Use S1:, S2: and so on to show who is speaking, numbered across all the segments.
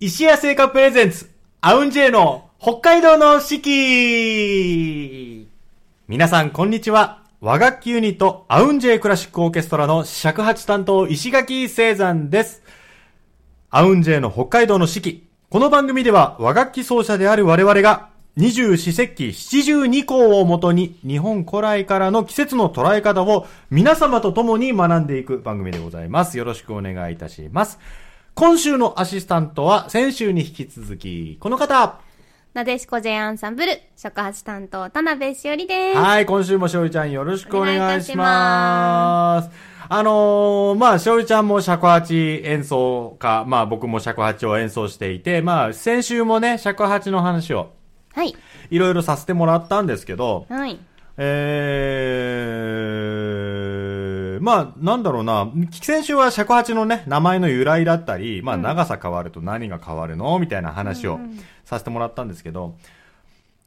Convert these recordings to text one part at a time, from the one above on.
S1: 石屋製菓プレゼンツ、アウンジェイの北海道の四季皆さん、こんにちは。和楽器ユニット、アウンジェイクラシックオーケストラの尺八担当、石垣聖山です。アウンジェイの北海道の四季。この番組では和楽器奏者である我々が、二十四節気七十二項をもとに、日本古来からの季節の捉え方を皆様と共に学んでいく番組でございます。よろしくお願いいたします。今週のアシスタントは、先週に引き続き、この方
S2: なでしこ J アンサンブル、食発担当、田辺しおりです。
S1: はい、今週もしおりちゃんよろしくお願いします。あのーまあ、しおりちゃんも尺八演奏家、まあ僕も尺八を演奏していて、まあ先週もね、尺八の話を
S2: はい。
S1: いろいろさせてもらったんですけど、
S2: はい。
S1: えー、まあなんだろうな、先週は尺八のね、名前の由来だったり、まあ長さ変わると何が変わるのみたいな話をさせてもらったんですけど、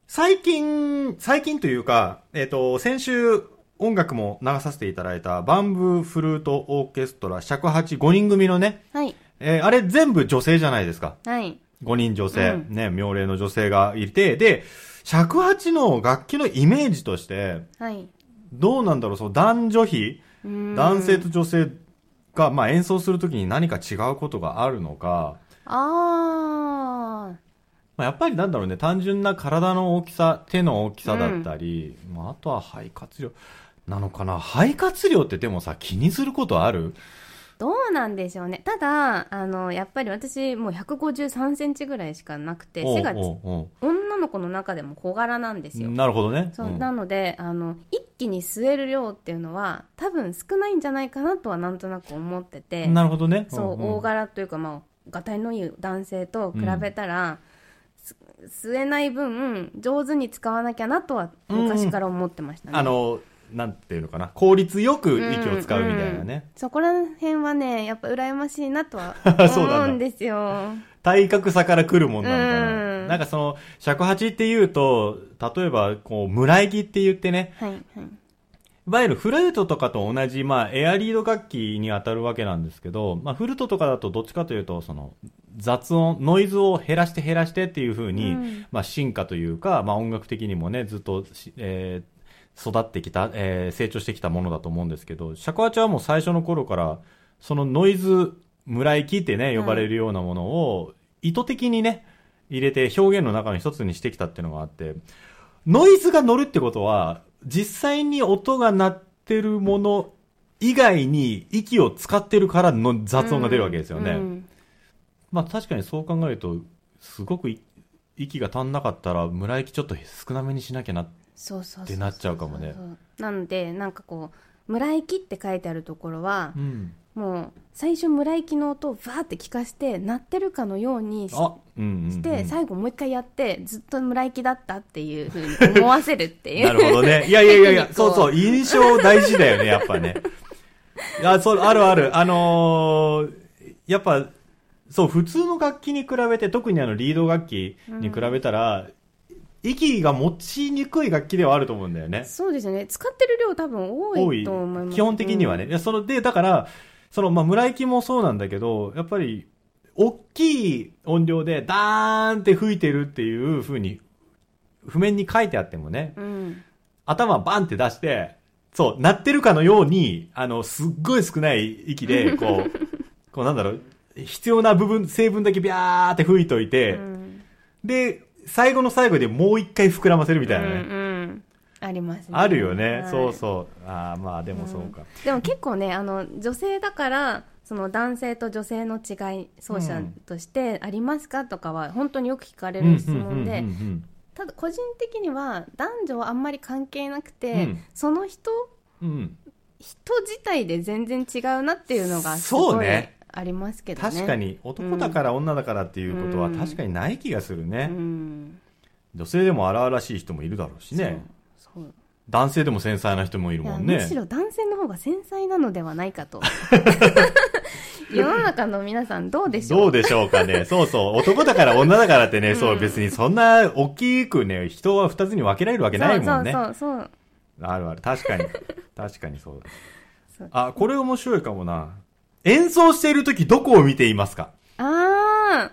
S1: 最近、最近というか、えっ、と、先週音楽も流させていただいたバンブーフルートオーケストラ尺八5人組のね、
S2: はい。
S1: えーあれ全部女性じゃないですか。
S2: はい。
S1: 5人女性、
S2: うん
S1: ね、妙齢の女性がいて、で、尺八の楽器のイメージとして、
S2: はい。
S1: どうなんだろう、その男女比、
S2: うーん
S1: 男性と女性が、まあ、演奏するときに何か違うことがあるのか、
S2: あ
S1: まあ、やっぱりなんだろうね、単純な体の大きさ、手の大きさだったり、まあ、あとは肺活量なのかな。肺活量ってでもさ、気にすることある
S2: ー。どうなんでしょうね。ただ、あの、やっぱり私、もう153センチぐらいしかなくて、
S1: おう
S2: 背がち
S1: おうおう
S2: 女の子の中でも小柄なんですよ。
S1: なるほどね。
S2: そう、
S1: うん
S2: なので、あの、一気に吸える量っていうのは、多分少ないんじゃないかなとはなんとなく思ってて。
S1: なるほどね。
S2: そう、
S1: んん
S2: 大柄というか、まあ、がたいのいい男性と比べたら、す吸えない分、上手に使わなきゃなとは、昔から思ってましたね。
S1: あの、なんていうのかな、効率よく息を使うみたいなね。
S2: うんうんそこら辺はね、やっぱ羨ましいなとは
S1: そうなんだ
S2: 思うんですよ。
S1: 体格差から来るもんなのかな。
S2: うん
S1: なんかその、尺八っていうと、例えば、こう、村木って言ってね、
S2: はい、はい。
S1: いわゆるフルートとかと同じ、まあ、エアリード楽器に当たるわけなんですけど、まあ、フルートとかだとどっちかというと、その、雑音、ノイズを減らして減らしてっていう風に、
S2: うん
S1: まあ、進化というか、まあ、音楽的にもね、ずっとし、えー育ってきた、えー成長してきたものだと思うんですけど、尺八はもう最初の頃から、そのノイズ、村行きってね、呼ばれるようなものを、意図的にね、入れて表現の中の一つにしてきたっていうのがあって、ノイズが乗るってことは、実際に音が鳴ってるもの以外に息を使ってるからの雑音が出るわけですよね。
S2: うん
S1: まあ確かにそう考えると、すごくい息が足んなかったら、村息ちょっと少なめにしなきゃな。
S2: そうそうそうそう
S1: ってなっちゃうかもね。
S2: なので、なんかこう、村行きって書いてあるところは、
S1: うん。
S2: もう、最初村行きの音をバーって聞かして、鳴ってるかのようにし
S1: あ、うんうん、うん。
S2: して、最後もう一回やってずっと村行きだったっていうふうに思わせるっていう
S1: なるほどね。いやいやいやいや、
S2: テクニック
S1: そ
S2: を
S1: うそう、印象大事だよね、やっぱね。あ、そう、あるある。あのーやっぱ、そう、普通の楽器に比べて、特にあの、リード楽器に比べたら、息が持ちにくい楽器ではあると思うんだよね。
S2: そうですよね使ってる量多分多いと思います
S1: 基本的にはね。、いやそので、だから、その、まあ、村行きもそうなんだけど、やっぱり、大きい音量で、ダーンって吹いてるっていう風に、譜面に書いてあってもね、
S2: うんうん
S1: 頭バンって出して、そう、鳴ってるかのように、あの、すっごい少ない息で、こ う、こうなんだろう、必要な部分、成分だけビャーって吹いといて、
S2: うん
S1: で、最後の最後でもう一回膨らませるみたいなね。
S2: うんうんありますね
S1: あるよね、
S2: はい
S1: そうそう。ああ、まあでもそうか。
S2: でも結構ねあの女性だからその男性と女性の違い奏者としてありますかとかは本当によく聞かれる質問で、
S1: うんうんうん
S2: ただ個人的には男女はあんまり関係なくて、
S1: うん
S2: その人
S1: うんうんうん
S2: 人自体で全然違うなっていうのがす
S1: そう
S2: ごい
S1: ね
S2: ありますけどね
S1: 確かに、男だから女だからっていうことは
S2: うん
S1: 確かにない気がする
S2: う
S1: ね。
S2: ん
S1: 女性でも荒々しい人もいるだろうしね。
S2: そうそう
S1: 男性でも繊細な人もいる
S2: いや
S1: もんね。
S2: むしろ男性の方が繊細なのではない かと世の中の皆さんどうでしょう
S1: どうでしょうか ね。そうそう。男だから女だからってね、そうう、
S2: ん
S1: 別にそんな大きくね、人は二つに分けられるわけないもんね。
S2: そうそうそう
S1: あるある。確かに。確かにそう
S2: そ
S1: だ
S2: う。
S1: あ、これ面白いかもな。演奏しているときどこを見ていますか
S2: そうああ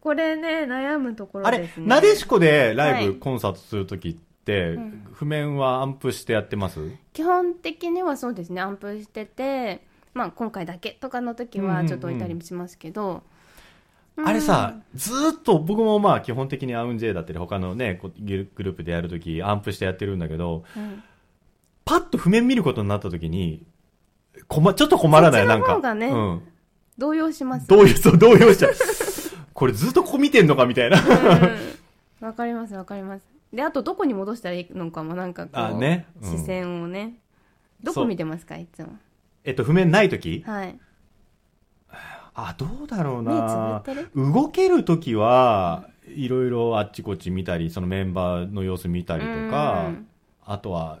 S2: これね、悩むところ
S1: あ
S2: で
S1: れ
S2: す、ね。
S1: なでしこでライ
S2: は
S1: ブ
S2: い
S1: コンサートするときって、譜面はアンプしてやってます
S2: 基本的にはそうですね、アンプしてて、まあ今回だけとかの時
S1: うんうんう
S2: は
S1: ん
S2: ちょっと置いたりもしますけど、うん
S1: あれさ、ずーっと僕もまあ基本的にアウンジェイだったり他のね、こグループでやるときアンプしてやってるんだけど、
S2: うん
S1: パッと譜面見ることになったときに、こま、ちょっと困らない、
S2: そ
S1: な
S2: っち
S1: ん
S2: の
S1: か。
S2: 方がね
S1: うん。
S2: 動揺します。
S1: 動揺、そう、動揺しちゃう。これずっとここ見てんのかみたいな。
S2: うんわかりますわかります。で、あとどこに戻したらいいのかもなんかこ
S1: あ
S2: う、
S1: ねうん
S2: 視線をね。ど
S1: そ
S2: こ
S1: う
S2: 見てますか、いつも。
S1: えっと、譜面ないとき
S2: はい。
S1: あ、どうだろう
S2: 目つぶっ
S1: な
S2: てる
S1: 動けるときは、いろいろあっちこっち見たり、そのメンバーの様子見たりと
S2: う
S1: か
S2: ん、
S1: あとは、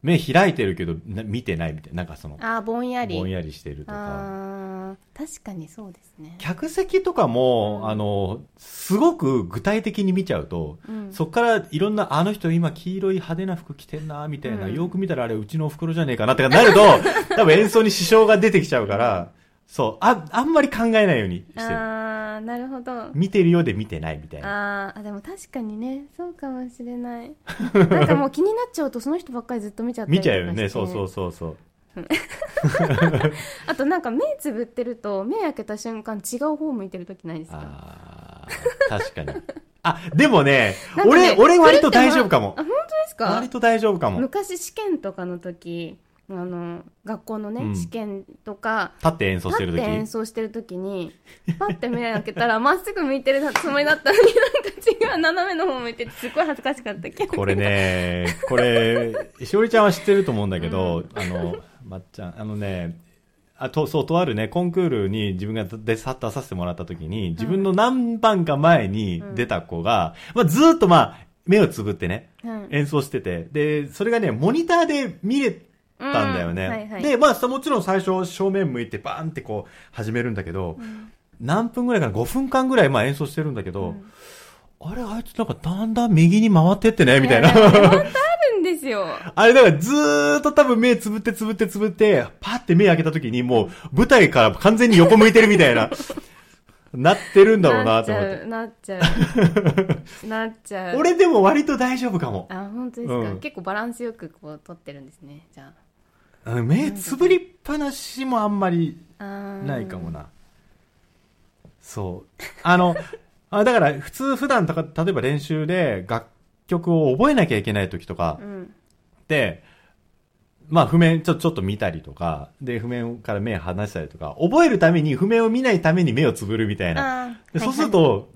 S1: 目開いてるけど、な見てないみたいな、なんかその、
S2: あーぼんやり。
S1: ぼんやりしてるとか。
S2: あー確かにそうですね。
S1: 客席とかも、
S2: うん
S1: あの、すごく具体的に見ちゃうと、
S2: うん
S1: そっからいろんな、あの人今黄色い派手な服着てんな、みたいな、
S2: うん
S1: よく見たらあれうちのお袋じゃねえかなってなると、 多分演奏に支障が出てきちゃうから、そう、あ、あんまり考えないようにしてる。
S2: ああ、なるほど。あ
S1: 見てるようで見てないみたいな。
S2: ーあ、でも確かにね、そうかもしれない。なんかもう気になっちゃうと、その人ばっかりずっと見ちゃったり
S1: 見
S2: とか
S1: ち
S2: し
S1: ゃ
S2: て
S1: うよね、そうそうそうそう。
S2: あとなんか目つぶってると、目開けた瞬間違う方向いてる時ないですか
S1: あー確かに。あ、でもね、
S2: なんかね
S1: 俺、俺割と大丈夫かも
S2: あ、。本当ですか
S1: 割と大丈夫かも。立
S2: 昔試験とかの時、あの、学校のね、
S1: うん
S2: 試験とか、
S1: って演奏してる
S2: 立って演
S1: 時
S2: 奏してる時に、パッて目開けたら、まっすぐ向いてるつもりだったのに、なんか違う斜めの方向いてて、すっごい恥ずかしかったけど。
S1: これね、これ、しおりちゃんは知ってると思うんだけど、あの、まっちゃん、あのね、あと、そう、とあるね、コンクールに自分が出さ出させてもらった時に、自分の何番か前に出た子が、まあ、ずーっとまあ、目をつぶってね、
S2: うん
S1: 演奏してて、で、それがね、モニターで見れたんだよね。
S2: うんはいはい
S1: で、まあ、さもちろん最初、正面向いてバーンってこう、始めるんだけど、何分ぐらいかな、5分間ぐらい、まあ、演奏してるんだけど、あれ、あいつなんかだんだん右に回ってってね、みたいな。
S2: やや本当あるんですよ。
S1: あれ、だからずーっと多分目つぶってつぶってつぶって、パって目開けた時にもう舞台から完全に横向いてるみたいな、 なってるんだろうなと思って。
S2: なっちゃう。なっちゃう。なっちゃう。
S1: 俺でも割と大丈夫かも。
S2: あ、本当ですか、
S1: うん
S2: 結構バランスよくこう取ってるんですね。じゃ
S1: うん目つぶりっぱなしもあんまり
S2: あ。あー
S1: ないかも。な。そう。あの、 あだから普通普段とか、例えば練習で楽曲を覚えなきゃいけない時とか、
S2: うん。
S1: で、まあ譜面ちょちょっと見たりとか、で、譜面から目離したりとか、覚えるために譜面を見ないために目をつぶるみたいな。
S2: あー
S1: でそうする、
S2: はい
S1: と、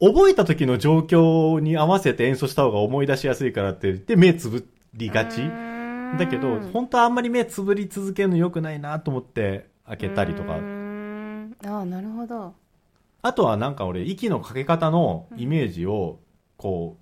S1: 覚えた時の状況に合わせて演奏した方が思い出しやすいからって言って目つぶり
S2: は
S1: が
S2: い
S1: ち
S2: う。ーん
S1: だけど、本当はあんまり目つぶり続けるの良くないなと思って開けたりとか
S2: うー。んああ、なるほど。
S1: あとはなんか俺、息のかけ方のイメージを、こ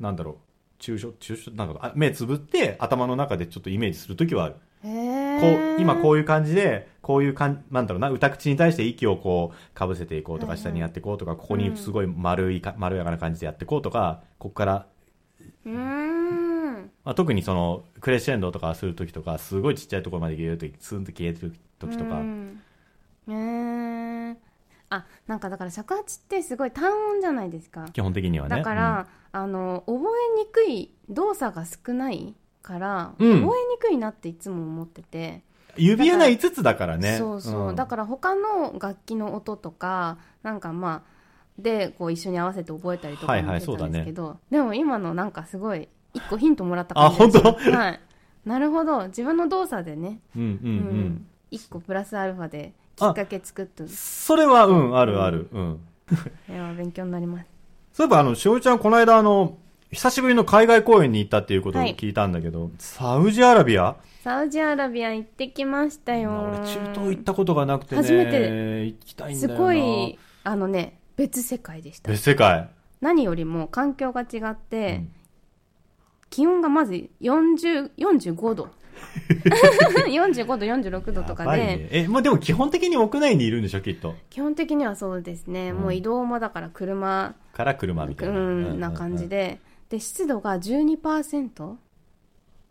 S1: う、なんだろう、抽象、抽象、なんかあ目つぶって頭の中でちょっとイメージするときはある。
S2: へえ。
S1: こう今こ
S2: う
S1: ういう感じでこういうかんなんだろうな歌口に対して息をこうかぶせていこうとか
S2: はいはい
S1: 下にやっていこうとかここにすごい丸いかまろやかな感じでやっていこうとかここから、
S2: うーん。
S1: まあ、特にそのクレッシェンドとかする時とかすごいちっちゃいところまでギューッとスンと消えてる時とか
S2: うんへえ。あ、なんかだから尺八ってすごい単音じゃないですか。
S1: 基本的にはね
S2: だから、あの覚えにくい動作が少ないから、
S1: うん
S2: 覚えにくいなっていつも思ってて、
S1: うん指穴5つだからね
S2: そうそう、
S1: ん
S2: だから他の楽器の音とかなんかまあでこう一緒に合わせて覚えたりとか
S1: はい
S2: も
S1: はい
S2: できたんですけど、でも今のなんかすごい一個ヒントもらった
S1: あ
S2: 感
S1: 本
S2: じ
S1: 当
S2: がしますはい、なるほど自分の動作でね、
S1: うんうんう
S2: うん
S1: ん
S2: 一個プラスアルファできっかけ作っと
S1: それはうんあるあるうん
S2: いや勉強になります
S1: そういえば、あの、しおりちゃん、この間、あの、久しぶりの海外公演に行ったっていうことを聞いたんだけど、サウジアラビア
S2: サウジアラビア行ってきましたよ
S1: 俺、中東行ったことがなくてね。
S2: 初めて
S1: 行きたいんだ
S2: す
S1: よな。
S2: ごい。あのね別世界でした
S1: 別世界。
S2: 何よりも環境が違っ
S1: う
S2: て、
S1: ん
S2: 気温がまず40 45度 45度46度と
S1: やば
S2: か
S1: い
S2: で、
S1: ね。え、まあ、でも基本的に屋内にいるんでしょ、きっと。
S2: 基本的にはそうですね、
S1: うん
S2: もう移動もだから車
S1: から車みた
S2: う
S1: いな。
S2: んな感じ。で、で湿度が12%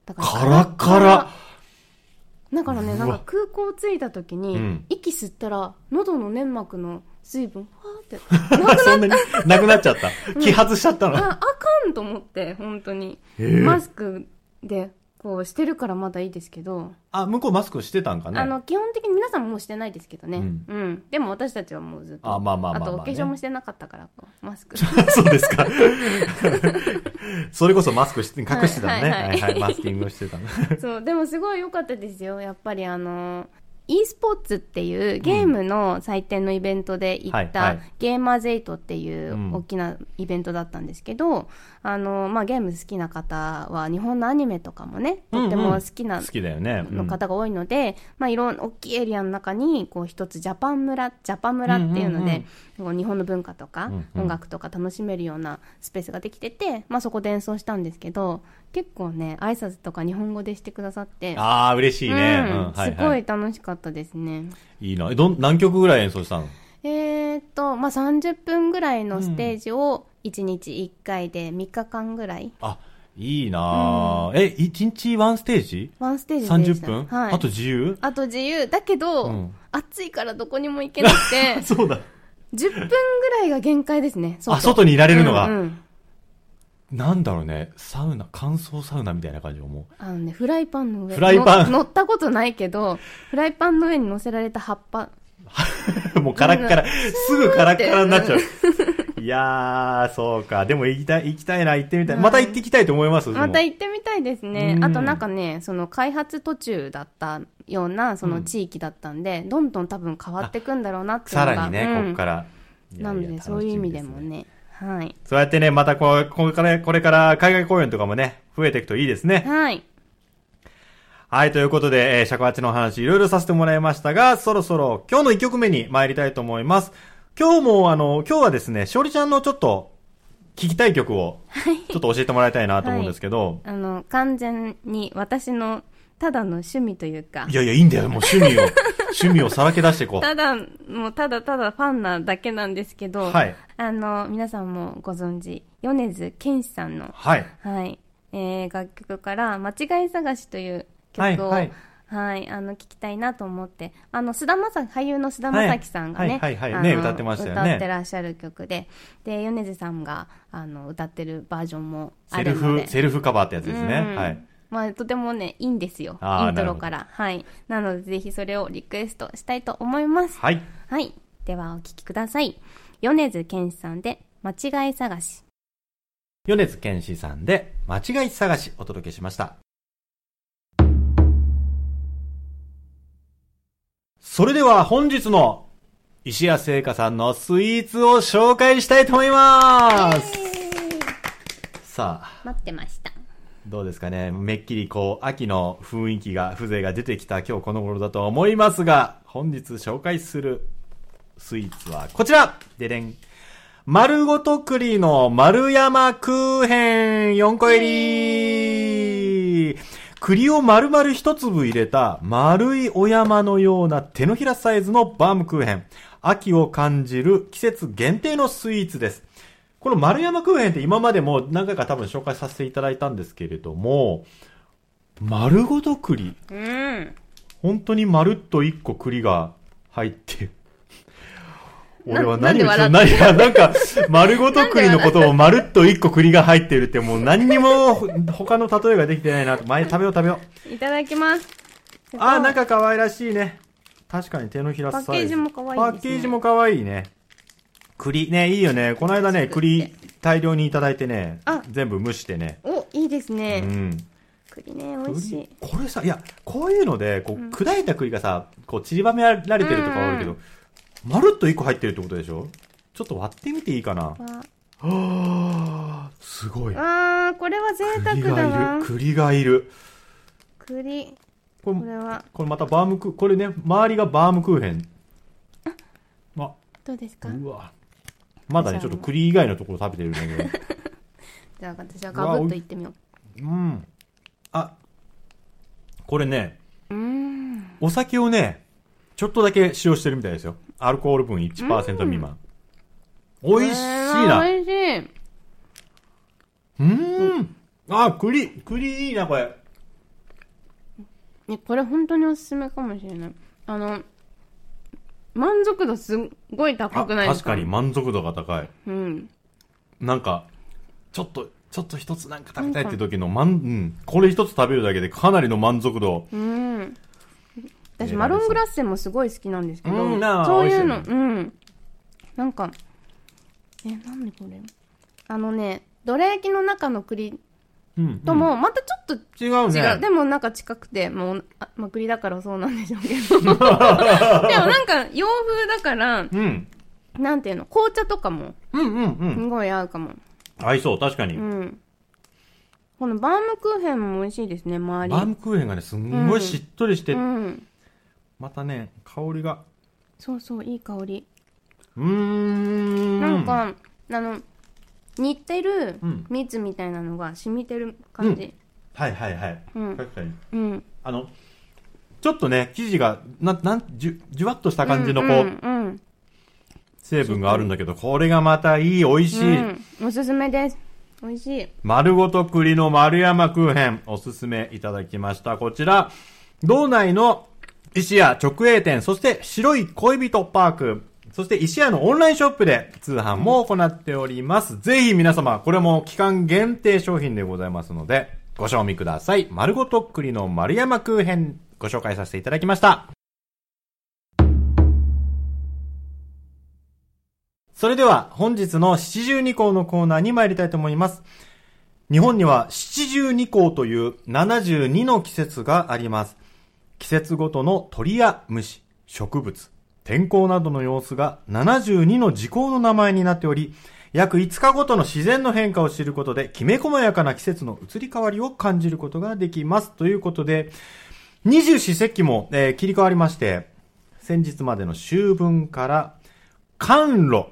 S2: だから
S1: カラカラ。
S2: だからね
S1: う
S2: な
S1: わ
S2: んか空港着いた時に、
S1: うん
S2: 息吸ったら喉の粘膜の水分ふわーって って。
S1: そんなに、なくなっちゃ った。揮発しちゃったの。
S2: あ、あかんと思って、本当に。
S1: へえ
S2: マスクで、こうしてるからまだいいですけど、
S1: あ、向こうマスクしてたんかな
S2: あの、基本的に皆さんもうしてないですけどね。
S1: う
S2: うんん。でも私たちはもうずっと。
S1: あまあまあまあまあね
S2: と、お化粧もしてなかったから、こうマス ク。
S1: そうですか。それこそマスクして、隠してたのね。
S2: はい
S1: は
S2: はいい
S1: は
S2: はい
S1: い、マスキングしてたの。
S2: そう、でもすごい良かったですよ。やっぱりあの、e スポーツっていうゲームの祭典のイベントで行っ
S1: はい
S2: た
S1: はい
S2: ゲーマーズエイトってい
S1: うん
S2: う大きなイベントだったんですけど、あの、まあ、ゲーム好きな方は日本のアニメとかもね、とっても好きな
S1: 好きだよね。うん
S2: の方が多いので、まあ、いろんな大きいエリアの中にこう一つジャパン村ジャパ村っていうので、こう日本の文化とか
S1: うんうん
S2: 音楽とか楽しめるようなスペースができてて、まあ、そこで演奏したんですけど結構ね挨拶とか日本語でしてくださって
S1: ああ、嬉しいね。
S2: うん
S1: うんは
S2: すご
S1: はい
S2: 楽しかったですね。
S1: い。いいな。えどん、何曲ぐらい演奏したの
S2: えーっと、まあ、30分ぐらいのステージを1日1回で3日間ぐらい、
S1: あ、いいな、え、1日ワンステージ
S2: ワンステージでし
S1: ?30
S2: た
S1: 分、
S2: はい、
S1: あと自由
S2: あと自由だけど、
S1: うん
S2: 暑いからどこにも行けなくて
S1: そうだ。
S2: 10分ぐらいが限界ですね。
S1: あ、外にいら
S2: ら
S1: れるのが、
S2: うんうん
S1: なんだろうね。サウナ、乾燥サウナみたいな感じ思
S2: あのね、フライパンの上
S1: フライパン
S2: の乗ったことないけど、フライパンの上に乗せられた葉っぱ。
S1: う。もうカラッカラ、すぐカラッカラになっちゃう。いやー、そうか。でも行きたい、行きたいな、行ってみたい。
S2: うん
S1: また行ってきたいと思います。でも
S2: また行ってみたいですね
S1: う。ん
S2: あとなんかね、その開発途中だったような、その地域だったんで、どんどん多分変わっていくんだろうなっていう
S1: さ
S2: のが。
S1: らにね、
S2: うん
S1: ここから。いやいや
S2: なので、そういう意味でも。
S1: 楽しみす
S2: ね。はい。
S1: そうやってね、またこう、これから、これから海外公演とかもね、増えていくといいですね。
S2: はい。
S1: はい、ということで、えー、尺八の話いろいろさせてもらいましたが、そろそろ今日の1曲目に参りたいと思います。今日も、あの、今日はですね、しおりちゃんのちょっと、聞きたい曲を、ちょっと教えてもらいたいなと思うんですけど、
S2: あの、完全に私の、ただの趣味というか
S1: い、、やいや、いいんだよ、もう趣味を、趣味をさらけ出していこう。
S2: ただ、もうただただファンなだけなんですけど、
S1: はい
S2: あの、皆さんもご存知、米津玄師さんの、
S1: はい。
S2: はい、えー楽曲から、間違い探しという
S1: はい
S2: 曲を、
S1: は
S2: はいい、あの、聞きたいなと思って、あの、菅田将暉、俳優の菅田将暉さんが
S1: は
S2: ね、
S1: いはいはいはいね
S2: あの
S1: 歌ってましたよね
S2: 歌ってらっしゃる曲で、で、米津さんが、あの、歌ってるバージョンもあ
S1: セル
S2: るの
S1: フ、
S2: で。
S1: セルフカバーってやつです
S2: う
S1: ね。
S2: ん
S1: はい。
S2: まあ、とてもね、いいんですよ。
S1: あー
S2: イントロから。はい。なので、ぜひそれをリクエストしたいと思います。
S1: はい。
S2: はい。ではお聞きください。米津玄師さんで、間違い探し。
S1: 米津玄師さんで、間違い探しお届けしました。それでは本日の石谷製菓さんのスイーツを紹介したいと思いますさあ、
S2: 待ってました。
S1: どうですかね。めっきりこう、秋の雰囲気が、風情が出てきた今日この頃だと思いますが、本日紹介するスイーツはこちらででん丸ごと栗の丸山クーヘン4個入り栗を丸々一粒入れた丸いお山のような手のひらサイズのバームクーヘン。秋を感じる季節限定のスイーツです。この丸山クーヘンって今までも何回か多分紹介させていただいたんですけれども、丸ごと栗
S2: うん。
S1: 本当にまるっと一個栗が入ってる。
S2: な
S1: 俺は何を言って
S2: な
S1: る
S2: んで
S1: 何が、なんか、丸ごと栗のことをまるっと一個栗が入ってるっ てもう何にもほ他の例えができてないなと。前食べよう食べよ
S2: いただきます。
S1: う。あー、なんか可愛らしいね。確かに手のひらサイズ。
S2: パッケージも可愛いですね
S1: パッケージも可愛いね。栗ね、いいよね。この間ね、
S2: 作って
S1: 栗大量にいただいてね
S2: あ、
S1: 全部蒸してね。
S2: お、いいです
S1: う
S2: ね。
S1: ん。
S2: 栗ね、美味しい。
S1: これさいやこういうのでこう砕いた栗がさこう散りばめられてるとかあるけど、
S2: う
S1: まるっと1個入ってるってことでしょちょっと割ってみていいかな
S2: わ
S1: はあすごい
S2: あー、これは贅沢
S1: 栗
S2: だ
S1: がい
S2: な
S1: る。栗がいる
S2: 栗。
S1: これ
S2: これは、
S1: これまたバームクーこれね周りがバームクーヘンあ
S2: どうですか
S1: うわまだねちょっと栗以外のところ食べてるんだ けど
S2: じゃあ、私はガブッといってみよ
S1: うん。あ、これね、
S2: う。うーん。
S1: お酒をね、ちょっとだけ使用してるみたいですよ。アルコール分1%未満。美味しい
S2: これ
S1: な。
S2: は美味しい。
S1: うん。あ、栗、栗いいな、これ。
S2: ね、これ本当におすすめかもしれない。あの、満足度すっごい
S1: あ
S2: 高くないで
S1: 確
S2: すか
S1: かに満足度が高い。
S2: うん
S1: なんか、ちょっと、ちょっと一つなんか食べたいって時の、まん、うん、これ一つ食べるだけでかなりの満足度。
S2: う
S1: え
S2: ん
S1: らいです
S2: 私
S1: ね
S2: マロングラッセもすごい好きなんですけど、
S1: うんなあ
S2: そういうの、
S1: 美味し
S2: うんなんかえなんでこれあのねどら焼きの中の栗
S1: うん、うん
S2: ともまたちょっと
S1: 違うね。
S2: 違う。でもなんか近くて、もう、あまあ、栗だからそうなんでしょうけ ど。でもなんか洋風だから、
S1: うん。
S2: なんていうの、紅茶とかも、
S1: うんうんう
S2: す
S1: ん。
S2: ごい合うかも。
S1: 合いそう、確かに。
S2: うん。このバームクーヘンも美味しいですね、周り。
S1: バームクーヘンがね、すんごいしっとりして、
S2: うん。
S1: またね、香りが。
S2: そうそう、いい香り。
S1: うーん。
S2: なん、か、あの、煮てる
S1: うん
S2: 蜜みたいなのが染みてる感じ。
S1: はいはいはい。
S2: うん
S1: 確かに。
S2: うん。
S1: あの、ちょっとね、生地が、な、なん、じゅ、じゅわっとした感じの、こう、
S2: うんうんうん
S1: 成分があるんだけど、これがまたいい、美味しい。
S2: うん。おすすめです。美味しい。
S1: 丸ごと栗の丸山クーヘン、おすすめいただきました。こちら、道内の石屋直営店、そして白い恋人パーク、そして石屋のオンラインショップで通販も行っております。ぜひ皆様、これも期間限定商品でございますので、ご賞味ください。丸ごと栗の丸山クーヘン、ご紹介させていただきました。それでは本日の七十二項のコーナーに参りたいと思います。日本には七十二項という72の季節があります。季節ごとの鳥や虫、植物、天候などの様子が72の時効の名前になっており、約5日ごとの自然の変化を知ることで、きめ細やかな季節の移り変わりを感じることができます。ということで、二十四節気も、えー切り替わりまして、先日までの秋分から、寒露。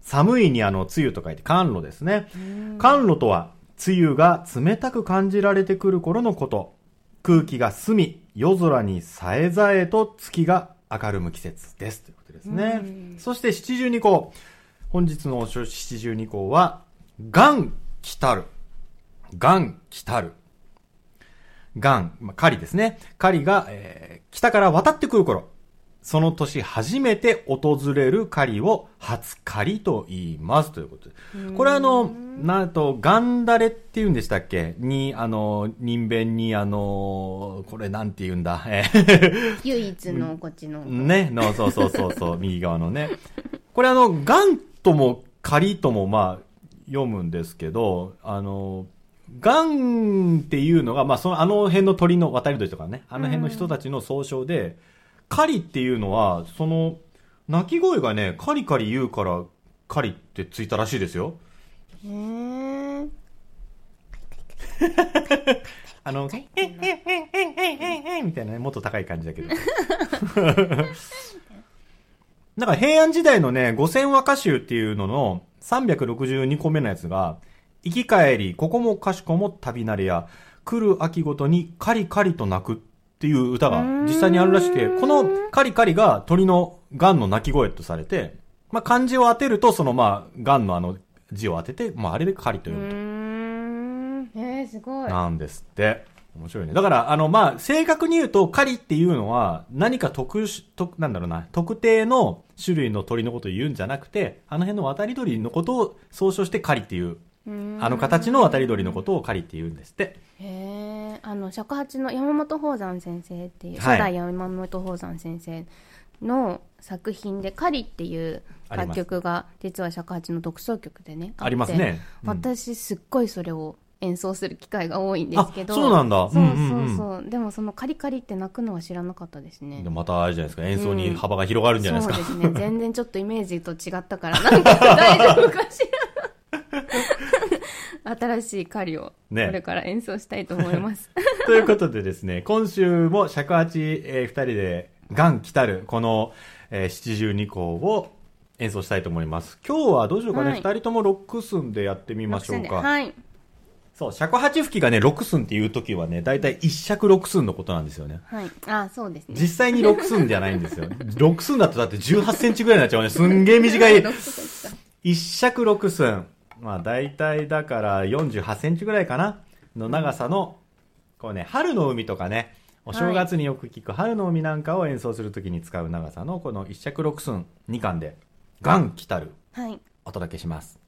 S1: 寒いにあの、梅雨と書いて寒露ですね。寒露とは、梅雨が冷たく感じられてくる頃のこと。空気が澄み、夜空にさえざえと月が明るむ季節です。ということですね。そして七十二項。本日の七十二項は、元来たる。元来たる。元、まあ、狩りですね。狩りが、えー北から渡ってくる頃。その年初めて訪れる狩りを初狩りと言いますということで。これあの、なんと、ガンダレって言うんでしたっけに、あの、人弁に、あの、これなんて言うんだ。えー
S2: 唯一のこっちの。
S1: ね、の、そうそうそうそう、 右側のね。これあの、ガンとも狩りともまあ、読むんですけど、あの、ガンっていうのが、まあ、その、あの辺の鳥の渡り鳥とかね、あの辺の人たちの総称で、狩りっていうのは、その、鳴き声がね、カリカリ言うから、狩りってついたらしいですよ。
S2: へー
S1: あの、ええええええええみたいなね、もっと高い感じだけど。なんか平安時代のね、五千和歌集っていうのの362個目のやつが、行き帰り、ここもかしこも旅慣れや、来る秋ごとにカリカリと鳴くっていう歌が実際にあるらしくて、このカリカリが鳥のガンの鳴き声とされて、まあ漢字を当てると、そのまあ、ガンのあの字を当てて、まああれでカリと
S2: う
S1: 呼ぶと。
S2: ーん。えー、すごい。
S1: なんですって。面白いね。だから、あの、まあ、正確に言うと、狩りっていうのは、何か特殊、となんだろうな、特定の種類の鳥のことを言うんじゃなくて、あの辺の渡り鳥のことを総称して狩りっていう、
S2: うーん
S1: あの形の渡り鳥のことを狩りって言うんですって。
S2: へえあの尺八の山本宝山先生っていう、
S1: はい
S2: 初代山本宝山先生の作品で「狩り」っていう楽曲が実は尺八の独奏曲でね
S1: ありますね
S2: あっ。て
S1: うん
S2: 私すっごいそれを演奏する機会が多いんですけど
S1: あそうなんだ
S2: そううん
S1: うんうん
S2: そうそう、でもその「カリカリ」って鳴くのは知らなかったですね
S1: でまた、あれじゃないですか、演奏に幅が広がるんじゃないですか。
S2: そうですね全然ちょっとイメージと違ったからなんか大丈夫かし ら新しい狩りをこ
S1: ね
S2: れから演奏したいと思います、
S1: ということでですね、今週も尺八、えー、二人で、ガン来たる、この、えー、七十二項を演奏したいと思います。今日はどうしようかね、
S2: はい
S1: 二、人ともロックスンでやってみましょうか。
S2: はい
S1: そう、尺八吹きがね、六寸っていう時はね、だいたい一尺六寸のことなんですよね。
S2: はいあそうですね
S1: 実際に六寸じゃないん ですよ。六寸だとだって18センチぐらいになっちゃうね。すんげえ短 い。一尺六寸。まあ大体だから48センチぐらいかなの長さの、こうね、春の海とかね、お正月によく聞く春の海なんかを演奏するときに使う長さのこの一尺六寸二巻で、ガン来たる
S2: はい。
S1: お届けします。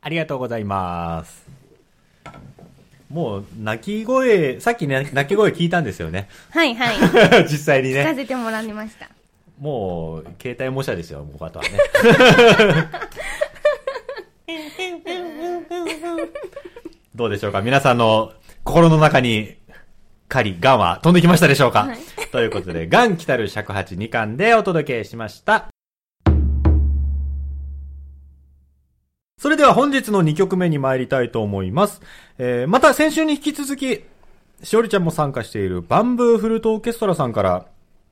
S1: ありがとうございます。もう、泣き声、さっきね、泣き声聞いたんですよね。
S2: はいはい。
S1: 実際に
S2: 聞
S1: ね
S2: か。せてもらいました。
S1: もう、携帯模写ですよ、僕あとはね。どうでしょうか皆さんの心の中に、狩り、ガンは飛んできましたでしょうか、
S2: はい
S1: ということで、ガン来たる尺八2巻でお届けしました。それでは本日の2曲目に参りたいと思います。えーまた先週に引き続き、しおりちゃんも参加しているバンブーフルートオーケストラさんから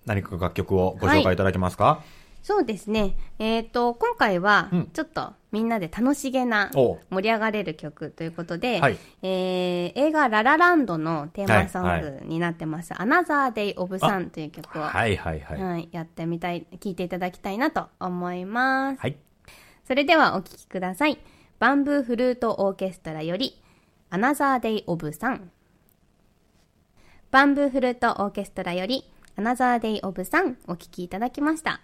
S1: 何か楽曲をご紹介いただけますか、
S2: そうですね。えっ、と、今回は
S1: うん、
S2: ちょっとみんなで楽しげな、
S1: おう
S2: 盛り上がれる曲ということで、
S1: はい
S2: えー映画ララランドのテーマソングになってます、アナザーデイオブサンという曲を、は、
S1: はいはいはいい。はい。
S2: やってみたい、聴いていただきたいなと思います。それではお聴きください。バンブーフルートオーケストラより、アナザーデイオブサン。バンブーフルートオーケストラより、アナザーデイオブサンお聴きいただきました。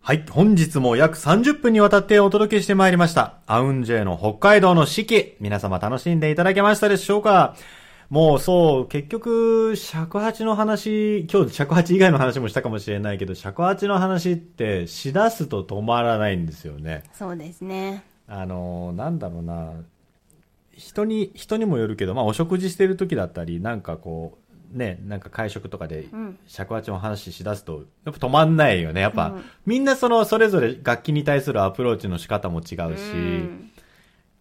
S1: はい。本日も約30分にわたってお届けしてまいりました。アウンジェイの北海道の四季。皆様楽しんでいただけましたでしょうかもうそう、結局、尺八の話、今日尺八以外の話もしたかもしれないけど、尺八の話ってしだすと止まらないんですよね。
S2: そうですね。
S1: あのーなんだろうな人に人にもよるけど、まあ、お食事してる時だったりなんかこうねなんか会食とかで
S2: うん
S1: 尺八の話しだすとやっぱ止まんないよねやっぱ、
S2: うん
S1: みんなそのそれぞれ楽器に対するアプローチの仕方も違うし、
S2: うん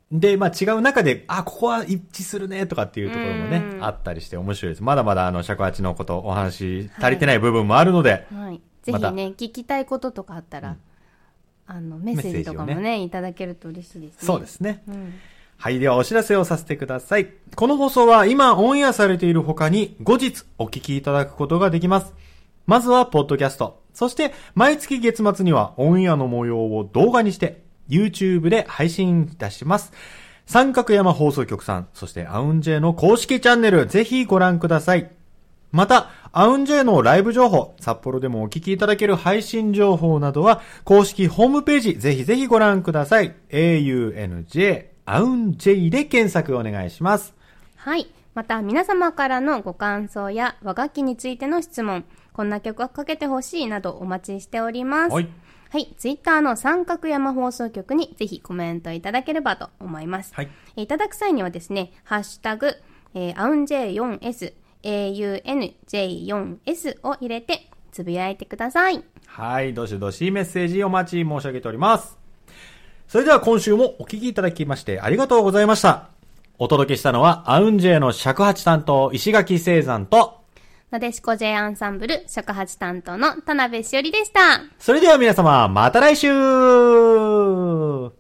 S1: で、まあ違う中で、あ、ここは一致するね、とかっていうところもね
S2: う、ん
S1: あったりして面白いです。まだまだあの、尺八のことお話足りてない部分もあるので、
S2: はい、ぜ
S1: ま
S2: ひ
S1: た
S2: ね、聞きたいこととかあったら、あのメッセージとかも
S1: メッセージを
S2: ねいただけると嬉しいですね。
S1: そうで、すね。
S2: うん、
S1: はい、ではお知らせをさせてください。この放送は今オンエアされている他に後日お聞きいただくことができます。まずはポッドキャスト。そして毎月月末にはオンエアの模様を動画にして YouTube で配信いたします。三角山放送局さん、そしてアウンジェイの公式チャンネル、ぜひご覧ください。また、アウンジェイのライブ情報、札幌でもお聞きいただける配信情報などは、公式ホームページ、ぜひぜひご覧ください。aunj、アウンジェイで検索お願いします。
S2: はい。また、皆様からのご感想や和楽器についての質問、こんな曲をかけてほしいなどお待ちしております。
S1: はい。
S2: はい、ツイッターの三角山放送局にぜひコメントいただければと思います。
S1: はい。
S2: えーいただく際にはですね、ハッシュタグ、えー、アウン J4S、AUNJ4S を入れて、つぶやいてください。
S1: はい、どしどしメッセージお待ち申し上げております。それでは今週もお聞きいただきましてありがとうございました。お届けしたのは、アウンジェイの尺八担当、石垣聖山と、
S2: なでしこ J アンサンブル、食八担当の田辺しおりでした。
S1: それでは皆様、また来週